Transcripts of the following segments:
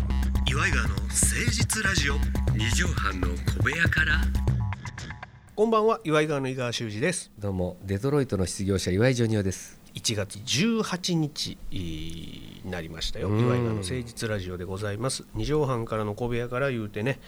イガーの誠実ラジオ二畳半の小部屋からこんばんは岩井川の井川修司ですどうもデトロイトの失業者岩井ジョニオです1月18日えーになりましたよう岩ん井川の誠実ラジオでございます2畳半からの小部屋から言うてね、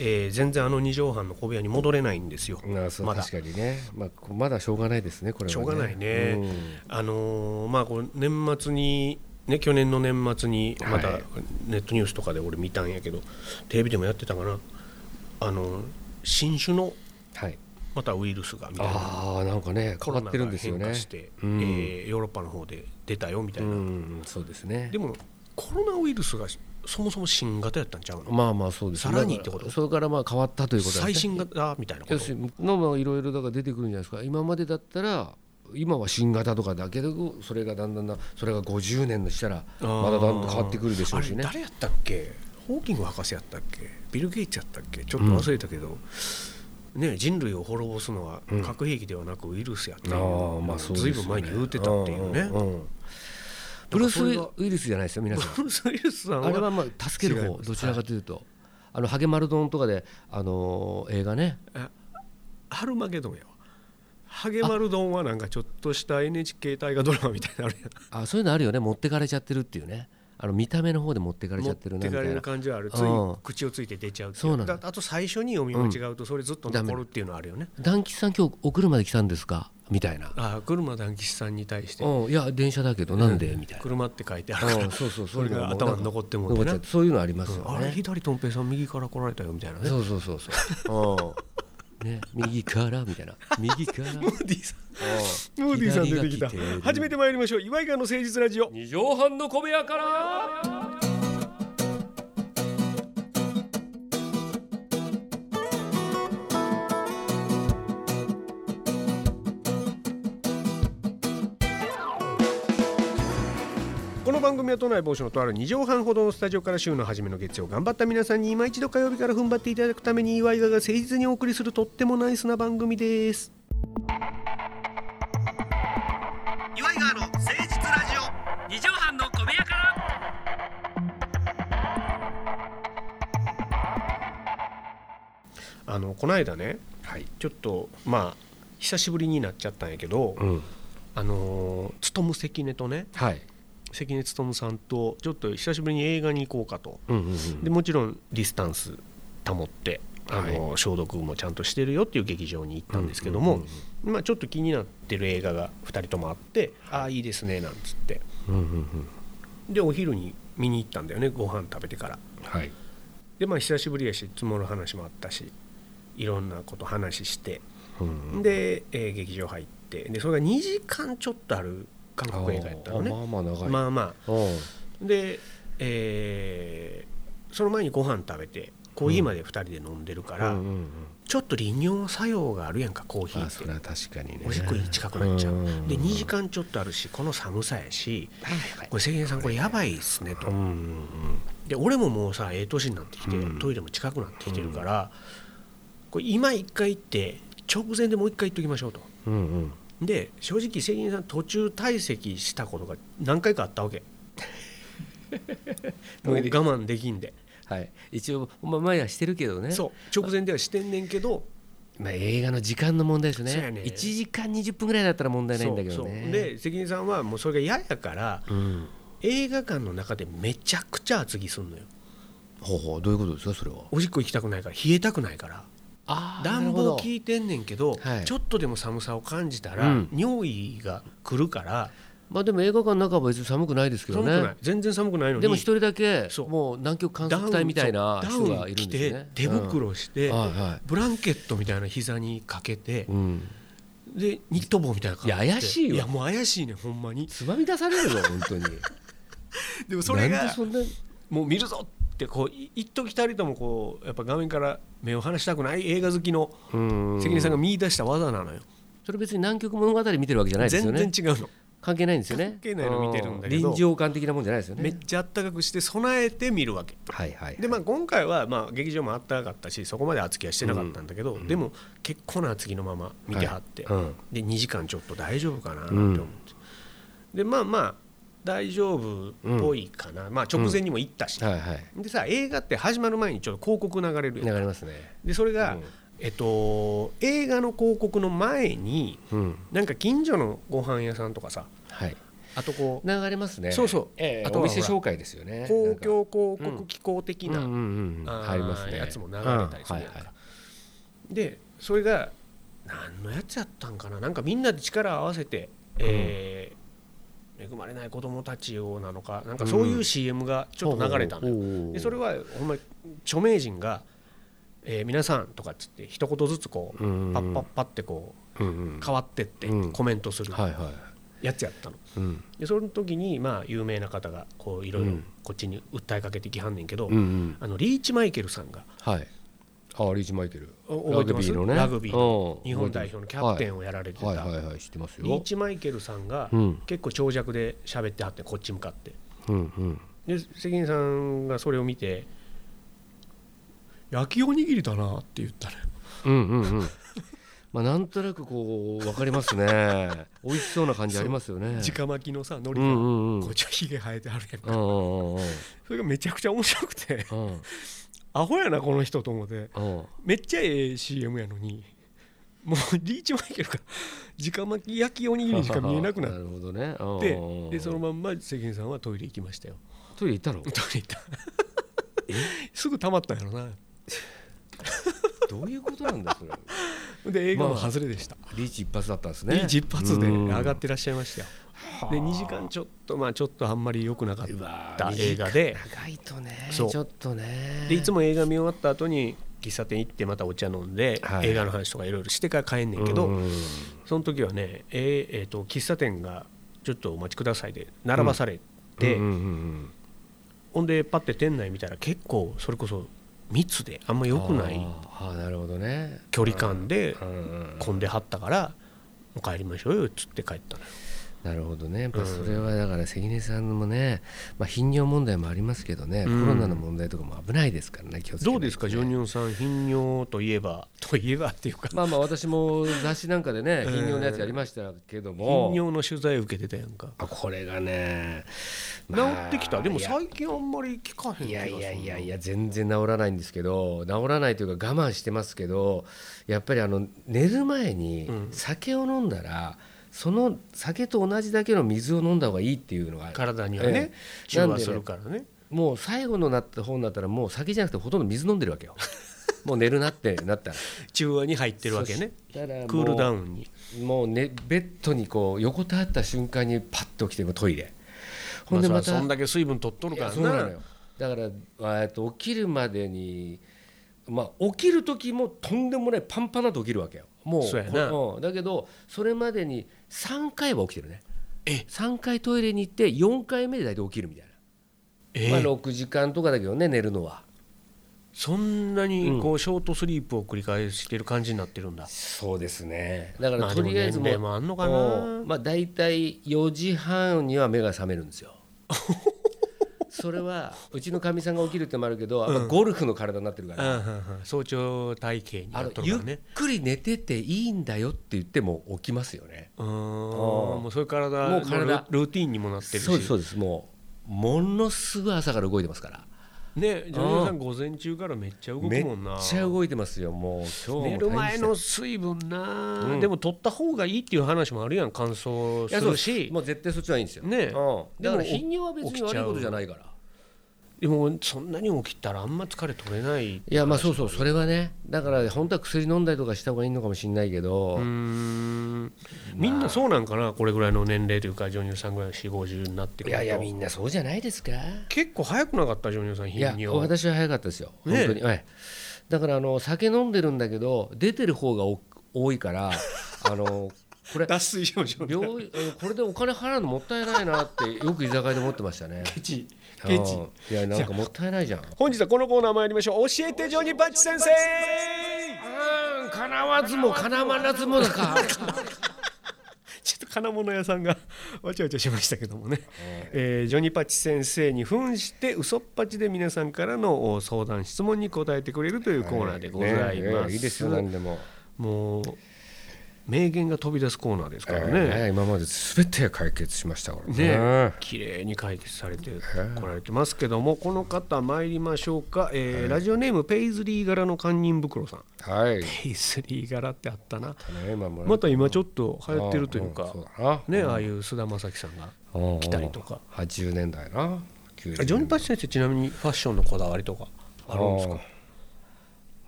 えー全然あの2畳半の小部屋に戻れないんですよあそうまだ確かにね、まあ、こまだしょうがないですねこれはねしょうがないね、うんあのーまあこれ年末にね去年の年末にまはたいネットニュースとかで俺見たんやけど、テレビでもやってたかなあのー新種のはいまたウイルスがみたいなああなんかねコロ変わナってるんがですよ変ね化して、うんえーヨーロッパの方で出たよみたいうな、んそうですねでもコロナウイルスがそもそも新型やったんちゃうの、まあまあそうですさらにってことそれからまあ変わったということですね最新型みたいなこ要とするにのもいろいろだから出てくるんじゃないですか今までだったら今は新型とかだけどそれがだんだんだんそれが50年したらあーまだだんだん変わってくるでしょうしねあれ誰やったっけホーキング博士やったっけビル・ゲイツやったっけちょっと忘れたけど、ね、人類を滅ぼすのはうん核兵器ではなくウイルスやっていう、あーまあそうですずよいぶん前に言うてたっていうね、んんんブルース・ウイルスじゃないですよ皆さんブルース・ウイルスさんあれははまあ助ける違い方ますどちらかというとあのハゲマルドンとかであのー映画ねハルマゲドンやわハゲマルドンはなんかちょっとした NHK 大河ドラマみたいなのあるやんあそういうのあるよね持ってかれちゃってるっていうねあの見た目の方で持ってかれち持っゃっててるなみかたれいるな感じはあるついうん口をついて出ちゃうっていそうなのだあと最初に読み間違うとそれずっと残るっていうのはあるよね、団吉さん今日お車で来たんですかみたいなああ車団吉さんに対してうんいや電車だけどなんでみたいな車って書いてあるからうんそうそうそそういれうのがも頭に残ってもうて残っちゃなってそういうのありますよあれね左とん平さん右から来られたよみたいなねそうそうそうそううんね右からみたいな右からモーディさ んモーディさん出てきた左が来て初めて参りましょう岩井川の誠実ラジオ二畳半の小部屋からこの番組は都内某所のとある2畳半ほどのスタジオから週の初めの月曜頑張った皆さんに今一度火曜日から踏ん張っていただくために岩井川が誠実にお送りするとってもナイスな番組です岩井川の誠実ラジオ二畳半の小部屋からあのこの間ねはいちょっとまあ久しぶりになっちゃったんやけど、うんあのー勤関根とねはい関根勤さんとちょっと久しぶりに映画に行こうかとうんうんうんでもちろんディスタンス保ってあの、消毒もちゃんとしてるよっていう劇場に行ったんですけども、うんうんまあ、ちょっと気になってる映画が2人ともあって「ああいいですね」なんつってうんうんうんでお昼に見に行ったんだよねご飯食べてからはいでまあ久しぶりやし積もる話もあったしいろんなこと話してうんうんで、えー劇場入ってでそれが2時間ちょっとある韓国映画やったのねあーまあまあ長いまあまうんあで、えーその前にご飯食べてコーヒーまで2人で飲んでるから、うんうんうんちょっと利尿作用があるやんかコーヒーあってそれは確かにねおしっこに近くなっちゃう、んんんで2時間ちょっとあるしこの寒さやしはいはいこれ千円さんこれやばいっすねと、うんうんうんで俺ももうさええ年になってきて、うんトイレも近くなってきてるから、これ今一回行って直前でもう一回行っときましょうとうんうんで正直千円さん途中退席したことが何回かあったわけもう我慢できんではい一応まあ前はしてるけどねそう直前ではしてんねんけどまあ、映画の時間の問題ですそうやねね一1時間20分ぐらいだったら問題ないんだけどそうねそうで関根さんはもうそれが嫌やからうん、映画館の中でめちゃくちゃ厚着すんのよほうほうどういうことですかそれはおしっこ行きたくないから冷えたくないからあ暖房効いてんねんけどはいちょっとでも寒さを感じたら、うん尿意が来るからまあでも映画館の中は別に寒くないですけど寒くないね全然寒くないのにでも一人だけそうもう南極観ダウン測隊みたいなそう人ダがウンいる着んですて、よね手袋して、うんはいはブランケットみたいな膝にかけてい、う、ん、でニット帽みたいな感じでいや怪しいわいやもう怪しいねほんまにつまみ出されるよ本当にで もそれなんがでそんなもう見るぞってこうい一時たりともこうやっぱ画面から目を離したくない映画好きのうん関根さんが見出した技なのよ、それ別に南極物語見てるわけじゃないですよ全ね然違うの、関係ないんですよね関係ないの見てるんだけどう臨場感的なもんじゃないですよねめっちゃあったかくして備えて見るわけはいはい、はい、でまあ今回はまあ劇場もあったかかったしそこまで厚着はしてなかったんだけど、でも結構な厚着のまま見てはって、はいうんで2時間ちょっと大丈夫かなってうん思って、でまあまあ大丈夫っぽいかな、まあ直前にも行ったし、はいはいでさ映画って始まる前にちょっと広告流れる流やんれますねでそれが、うんえっと映画の広告の前にうんなんか近所のご飯屋さんとかさはいあとこう流れますねそうそうええあとはお店ほら紹介ですよね公共広告機構的なんかな、うんうんうんあー入りますねやつも流れたりするやんかうんはいはいでそれが何のやつやったんかななんかみんなで力を合わせて、えー恵まれない子供たちをなのかなんかそういう CM がちょっと流れたのよ、おうおうおうでそれはほんまに著名人が「えー皆さん」とかっつって一言ずつこう、うんうんパッパッパってこうんうんう変わってってうんコメントするはいはいやつやったの。うんでその時にまあ有名な方がこういろいうろんこっちに訴えかけてきはんねんけど、うんうんあのリーチマイケルさんがはいあリーチマイケルお覚えてますラグビーのねラグビーのうん日本代表のキャプテンをやられてた、はいはいはい知ってますよリーチマイケルさんがうん結構長尺で喋ってはってこっち向かってうんうんで関根さんがそれを見て「焼きおにぎりだな」って言ったねうんうんうんまあなんとなくこうわかりますね美味しそうな感じありますよね直巻きのさ海苔うが、んうんうんうんこっちはひげ生えてあるやんか、うんうんうんそれがめちゃくちゃ面白くてうんアホやなこの人と思ってうんめっちゃええ CM やのにもうリーチマイケルが 直巻き焼きおにぎりにしか見えなくなっるほどねてうんうんうんでそのまんま関根さんはトイレ行きましたよ トイレ行ったのトイレ行った すぐ溜まったんやろなどういうことなんだそれで映画の外れでした、リーチ一発だったんですね、ね実発でうん上がってらっしゃいましたよで2時間ちょっとまあちょっとあんまり良くなかっうわたー映画で長いとねそうちょっとねでいつもも映画見終わった後に喫茶店行ってまたお茶飲んで、はい映画の話とかいろいろしてから帰んねんけど、その時はね、えーえーと喫茶店がちょっとお待ちくださいで並ばされて、ほんでパッて店内見たら結構それこそ密であんま良くないああなるほどね距離感でうんうん混んではったから「もう帰りましょうよ」っつって帰ったのよなるほどねやっぱそれはだから関根さんもねまあ頻尿問題もありますけどねコうんロナの問題とかも危ないですからね気をつけてどうですかジョニオンさん頻尿といえばといえばっていう かまあまあ私も雑誌なんかでねうん頻尿のやつやりましたけども頻尿の取材受けてたやんかあこれがね治ってきたでも最近あんまり聞かへんい気がやするいやいやいや全然治らないんですけど治らないというか我慢してますけどやっぱりあの寝る前にうん酒を飲んだら、その酒と同じだけの水を飲んだ方がいいっていうのが体にはねええ中和するからねもう最後のなった方になったらもう酒じゃなくてほとんど水飲んでるわけ よもう寝るなってなったら中和に入ってるわけねクールダウンにンもう、ね、ベッドにこう横たわった瞬間にパッと起きてもうトイレほんでまあまそたそんだけ水分取っとるからそうなのなよだから、えっと、起きるまでに、まあ、起きる時もとんでもないパンパンなと起きるわけよもうそうやなこうんだけどそれまでに3回は起きてるねえ3回トイレに行って4回目で大体起きるみたいな、ええまあ、6時間とかだけどね寝るのはそんなにこうショートスリープを繰り返してる感じになってるんだそうですねだからまあとりあえずもでうも年齢もあんのかなもうまあ、大体4時半には目が覚めるんで すよそれはうちのかみさんが起きるってのもあるけど、あんまゴルフの体になってるから、うんうんうん早朝体型にあなっのとるゆかっらねくり寝てていいんだよって言っても起きますよね。うーんあーもうそういう体ものうル体ルーティンにもなってるしそうですそうですもうものすごい朝から動いてますからねジョニオさん午前中からめっちゃ動くめっもんなちゃ動いてますよもう今日寝もる大前変の水分な、うんでも取った方がいいっていう話もあるやん乾燥いすやそうるですしもう絶対そっちはいいんですよ。ねえうん、だから頻尿は別起にきち悪ゃいうことじゃないから。でもそんなに起きたらあんま疲れ取れないいやまあそうそうそれはねだから本当は薬飲んだりとかした方がいいのかもしれないけど、うーんみんなそうなんかなこれぐらいの年齢というかジョニオさんぐらいの4 5 0になってくるいとやいやみんなそうじゃないですか。結構早くなかったジョニオさんい頻や尿私は早かったですよ、ねえ本当に、はい、だからあの酒飲んでるんだけど出てる方がお多いから あのこれ脱水症状病あのこれでお金払うのもったいないなってよく居酒屋で思ってましたねケチうケチんいやなんかもったいないじゃん本日はこのコーナー参りましょう教えてジョニパッチ先生うんかなわずもかなわなずもだ かちょっと金物屋さんがわちゃわちゃしましたけどもね、えージョニパチ先生に扮して嘘っぱちで皆さんからのお相談質問に答えてくれるというコーナーでございます。ねえいいですよ何でももう名言が飛び出すコーナーですからね、ええ今まで全て解決しましたからねね、綺麗に解決されてこられてますけども、この方参りましょうか、えーラジオネームペイズリー柄の堪忍袋さんはいペイズリー柄ってあったなね今もまた今ちょっと流行ってるというかんそうだなねああいう菅田将暉さんがうん来たりとか80年代な90ジョニー・パッチ先生ちなみにファッションのこだわりとかあるんですかあー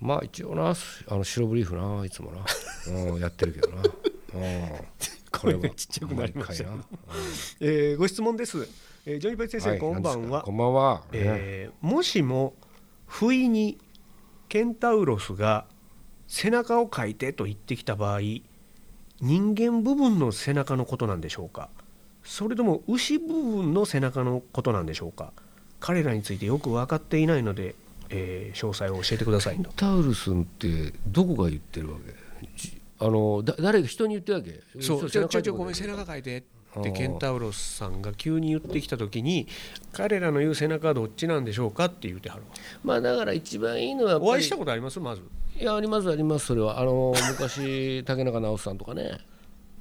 まあ一応なすあの白ブリーフないつもな、うん、やってるけどな、うん、こ 声がちっちゃくなりましたけど毎えーご質問です、えージョニー・パッチ先生、回なこんばん何ですかはこんばんは、ねえーもしも不意にケンタウロスが背中をかいてと言ってきた場合人間部分の背中のことなんでしょうかそれとも牛部分の背中のことなんでしょうか彼らについてよく分かっていないので、えー詳細を教えてくださいとタウルスンってどこが言ってるわけじあのだ誰が人に言ってるわけ中かいてってケンタウロスさんが急に言ってきた時に彼らの言う背中はどっちなんでしょうかって言うてはるまあだから一番いいのはやっぱりお会いしたことありますまずいやありますありますそれはあの昔 竹中直人さんとかね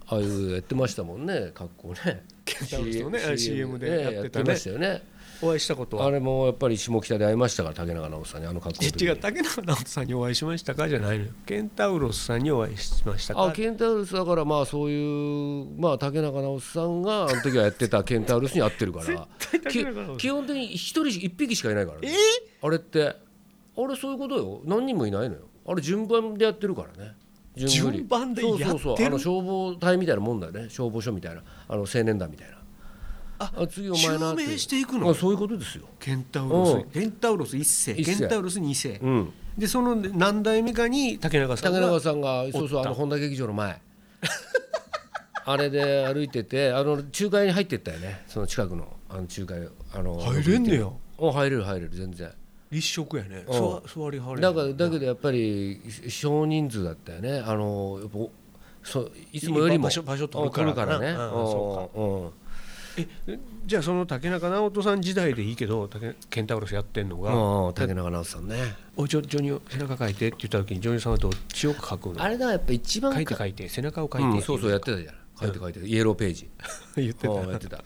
ああいうやってましたもんね格好ねタウルスのね CM CM でやってたねやましたよねお会いしたことはあれもやっぱり下北で会いましたから竹中直人さんにあの格好の時違う竹中直人さんにお会いしましたかじゃないのよケンタウロスさんにお会いしましたかあケンタウルスだからまあそういうまあ竹中直人さんがあの時はやってたケンタウルスに合っ てるから竹中直人き基本的に一人一匹しかいないからね、あれってあれそういうことよ何人もいないのよあれ順番でやってるからね順繰り順番でやってるそうそうそうあの消防隊みたいなもんだよね消防署みたいなあの青年団みたいなあ次お前なって襲名していくのあそういうことですよケンタウロス、うんケンタウロス1世一世ケンタウロス2世、うんでその何代目かに竹中さん竹が中さんがそうそうあの本田劇場の前 あれで歩いててあの仲介に入ってったよねその近くのあの仲介あの入れんねやお入れる入れる全然立食やね、うん座座りはれだからだけどやっぱり少人数だったよねあのやっぱおそういつもよりも場所場所取るからうん取ねうんうんそうんえじゃあその竹中直人さん時代でいいけど竹ケンタウロスやってんのが、うん竹中直人さんねおいジョジョニー背中書いてって言った時にジョニーさんはどっちを書くのあれだからやっぱ一番書いて書いて背中を書いて、うんそうそうやってたじゃん書いて書いてイエローページ言ってたうんやってた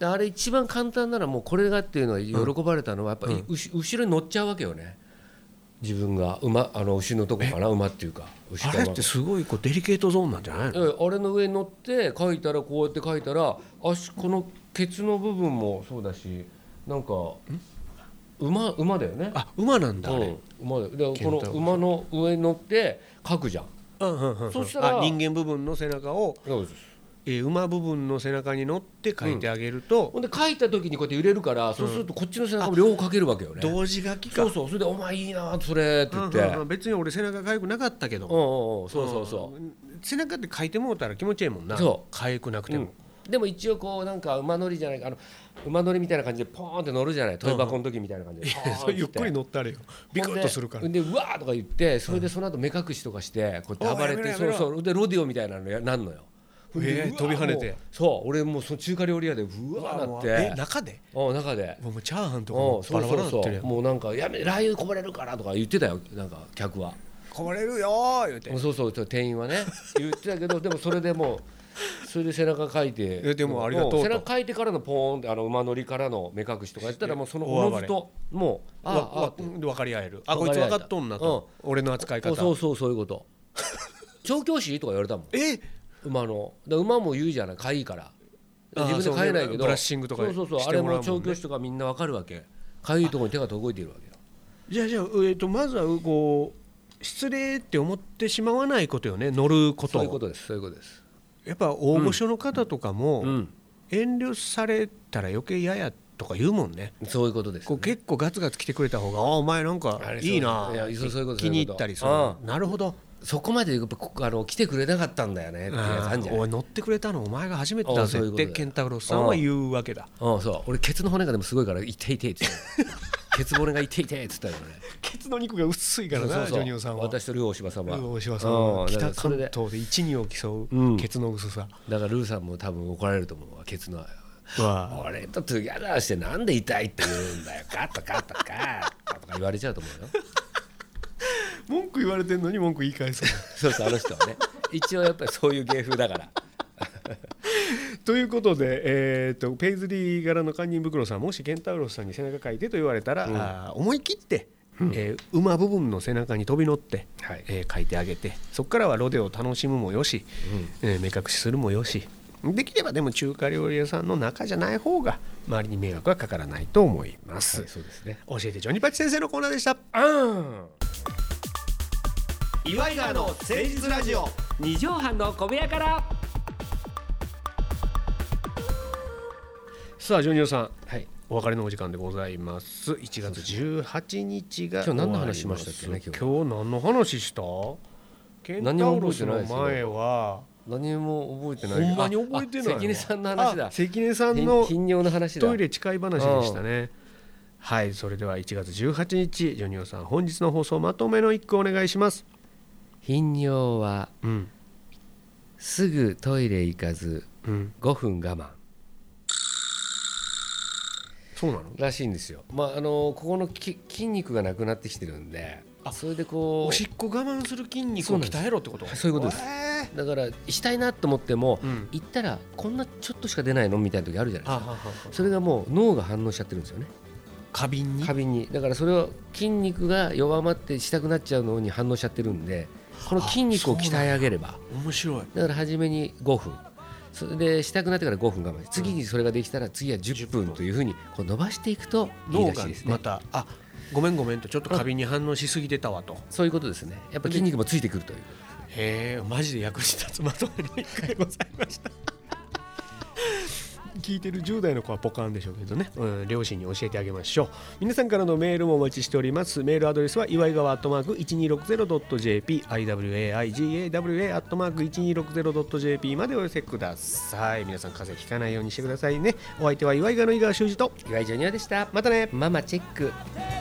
であれ一番簡単ならもうこれがっていうのは喜ばれたのはやっぱり、うし後ろに乗っちゃうわけよね自分が馬あの牛のとこかな馬っていうか牛あかれ馬ってすごいこうデリケートゾーンなんじゃないのええあれの上に乗って書いたらこうやって書いたら足このケツの部分もそうだしなんか馬馬だよねあ馬なんだあうれ、ん、馬だよでケンこタウロスの馬の上に乗って書くじゃんうんうんうんそしたらあ人間部分の背中を、そうですえー馬部分の背中に乗って書いてあげると、ほんで書いた時にこうやって揺れるから、そうするとこっちの背中も両方書けるわけよね同時書きかそうそうそれで「お前いいなそれ」ってうんうん言って「うんうんうん別に俺背中かゆくなかったけど、うんそうそうそうん背中って書いてもうたら気持ちいいもんなそかゆくなくう」てうも、んでも一応こうなんか馬乗りじゃないあの馬乗りみたいな感じでポーンって乗るじゃないトイ箱の時みたいな感じで、ポーンそれゆっくりって乗ったれよビクッとするからほんでほんでうわーとか言ってそれでその後目隠しとかしてこうやって暴れおいてやめそろやうめろそうでロデオみたいなのやなんのよほんでへーうわー飛び跳ねてもうそう俺もうその中華料理屋でうわーなっえて中でうん中でもうチャーハンとかうもんそバうラバラにそなっうてるそやうんもうなんか「やめラー油こぼれるから」とか言ってたよなんか客は。こぼれるよー言うてそうそうそう店員は ね言ってたけどでもそれでもうそれで背中かいてえでもありがとうとん背中かいてからのポーンってあの馬乗りからの目隠しとかやったらもうその大暴おのれずともうあわああわって分かり合えるあこ分いかつり合え分たかっとんなと、俺の扱い方そうそうそうそういうこと 調教師とか言われたもんえ馬のだから馬も言うじゃないかいいからあー自分でかえないけそうどブラッシングとかそうそうそうしあてれもらうもんもね調教師とかみんなわかるわけかゆいところに手が届いているわけよじゃあじゃあ、えー、とまずはうこう失礼って思ってしまわないことよね乗ることそういうことですそういうことですやっぱ大御所の方とかも、うん遠慮されたら余計嫌やとか言うもんねそういうことですこう結構ガツガツ来てくれた方が「あお前なんかあれそういいないやそうそういうこと気に入ったりするそういうこなるほどそこまでやっぱこあの来てくれなかったんだよねっていうやつあんじゃないおい乗ってくれたのお前が初めてだぜあそうっいうことてだケンタウロスさんは言うわけだうん、そう俺ケツの骨がでもすごいから痛い痛いっつって ケツ骨が痛い痛いっつったよねケツの肉が薄いからそうなそうジョニオさんは私とルー大柴さんは大島さんうはだか北らそれ関で東で一二を競ううんケツの薄さだからルーさんも多分怒られると思うわケツのは俺とトゥギャダーしてなんで痛いって言うんだよカッとカッとカッとか言われちゃうと思うよ 文句言われてんのに文句言い返すそうそうあの人はね一応やっぱりそういう芸風だからということで、えー、とペイズリー柄の堪忍袋さんもしケンタウロスさんに背中かいてと言われたら、うんあー思い切って、えー馬部分の背中に飛び乗って、はいえー書いてあげてそこからはロデオを楽しむもよし、えー目隠しするもよしできればでも中華料理屋さんの中じゃない方が周りに迷惑はかからないと思います、そうですね教えてジョニパチ先生のコーナーでした岩井川の誠実ラジオ二畳半の小部屋からさあジョニオさんはいお別れのお時間でございます。1月18日が今日何の話しましたっけね終わります今日何の話した？ケンタウロスの前は何も覚えてほないんまに覚えてないわ。ああ関根さんの話だあ関根さんの頻尿の話だトイレ近い話でしたね。はい、それでは1月18日ジョニオさん本日の放送まとめの一句お願いします。頻尿はうんすぐトイレ行かずうん5分我慢そうなの？らしいんですよまああのここのき筋肉がなくなってきてるんでそれでこおしうっこ我慢する筋肉を鍛えろってこと？そういうことですえーだからしたいなと思っても、うん。行ったらこんなちょっとしか出ないのみたいな時あるじゃないあではすかはは。それがもう脳が反応しちゃってるんですよね花瓶に過敏にだからそれを筋肉が弱まってしたくなっちゃうのに反応しちゃってるんでこの筋肉を鍛え上げれば面白い。だから初めに5分それでしたくなってから5分我慢して次にそれができたら次は10分というふうにこう伸ばしていくといい脳らしがいですねまた「あごめんごめん」とちょっと過敏に反応しすぎてたわとそういうことですねやっぱ筋肉もついてくるというへえマジで役に立つまとめの一回でございました 聞いてる10代の子はポカーンでしょうけどね、うん、両親に教えてあげましょう皆さんからのメールもお待ちしておりますメールアドレスは岩井川アットマーク 1260.jp iwaigawa アットマーク 1260.jp までお寄せください皆さん風邪ひかないようにしてくださいねお相手は岩井川の井川修司と岩井ジョニオでしたまたねママチェッ「手をク離さないで」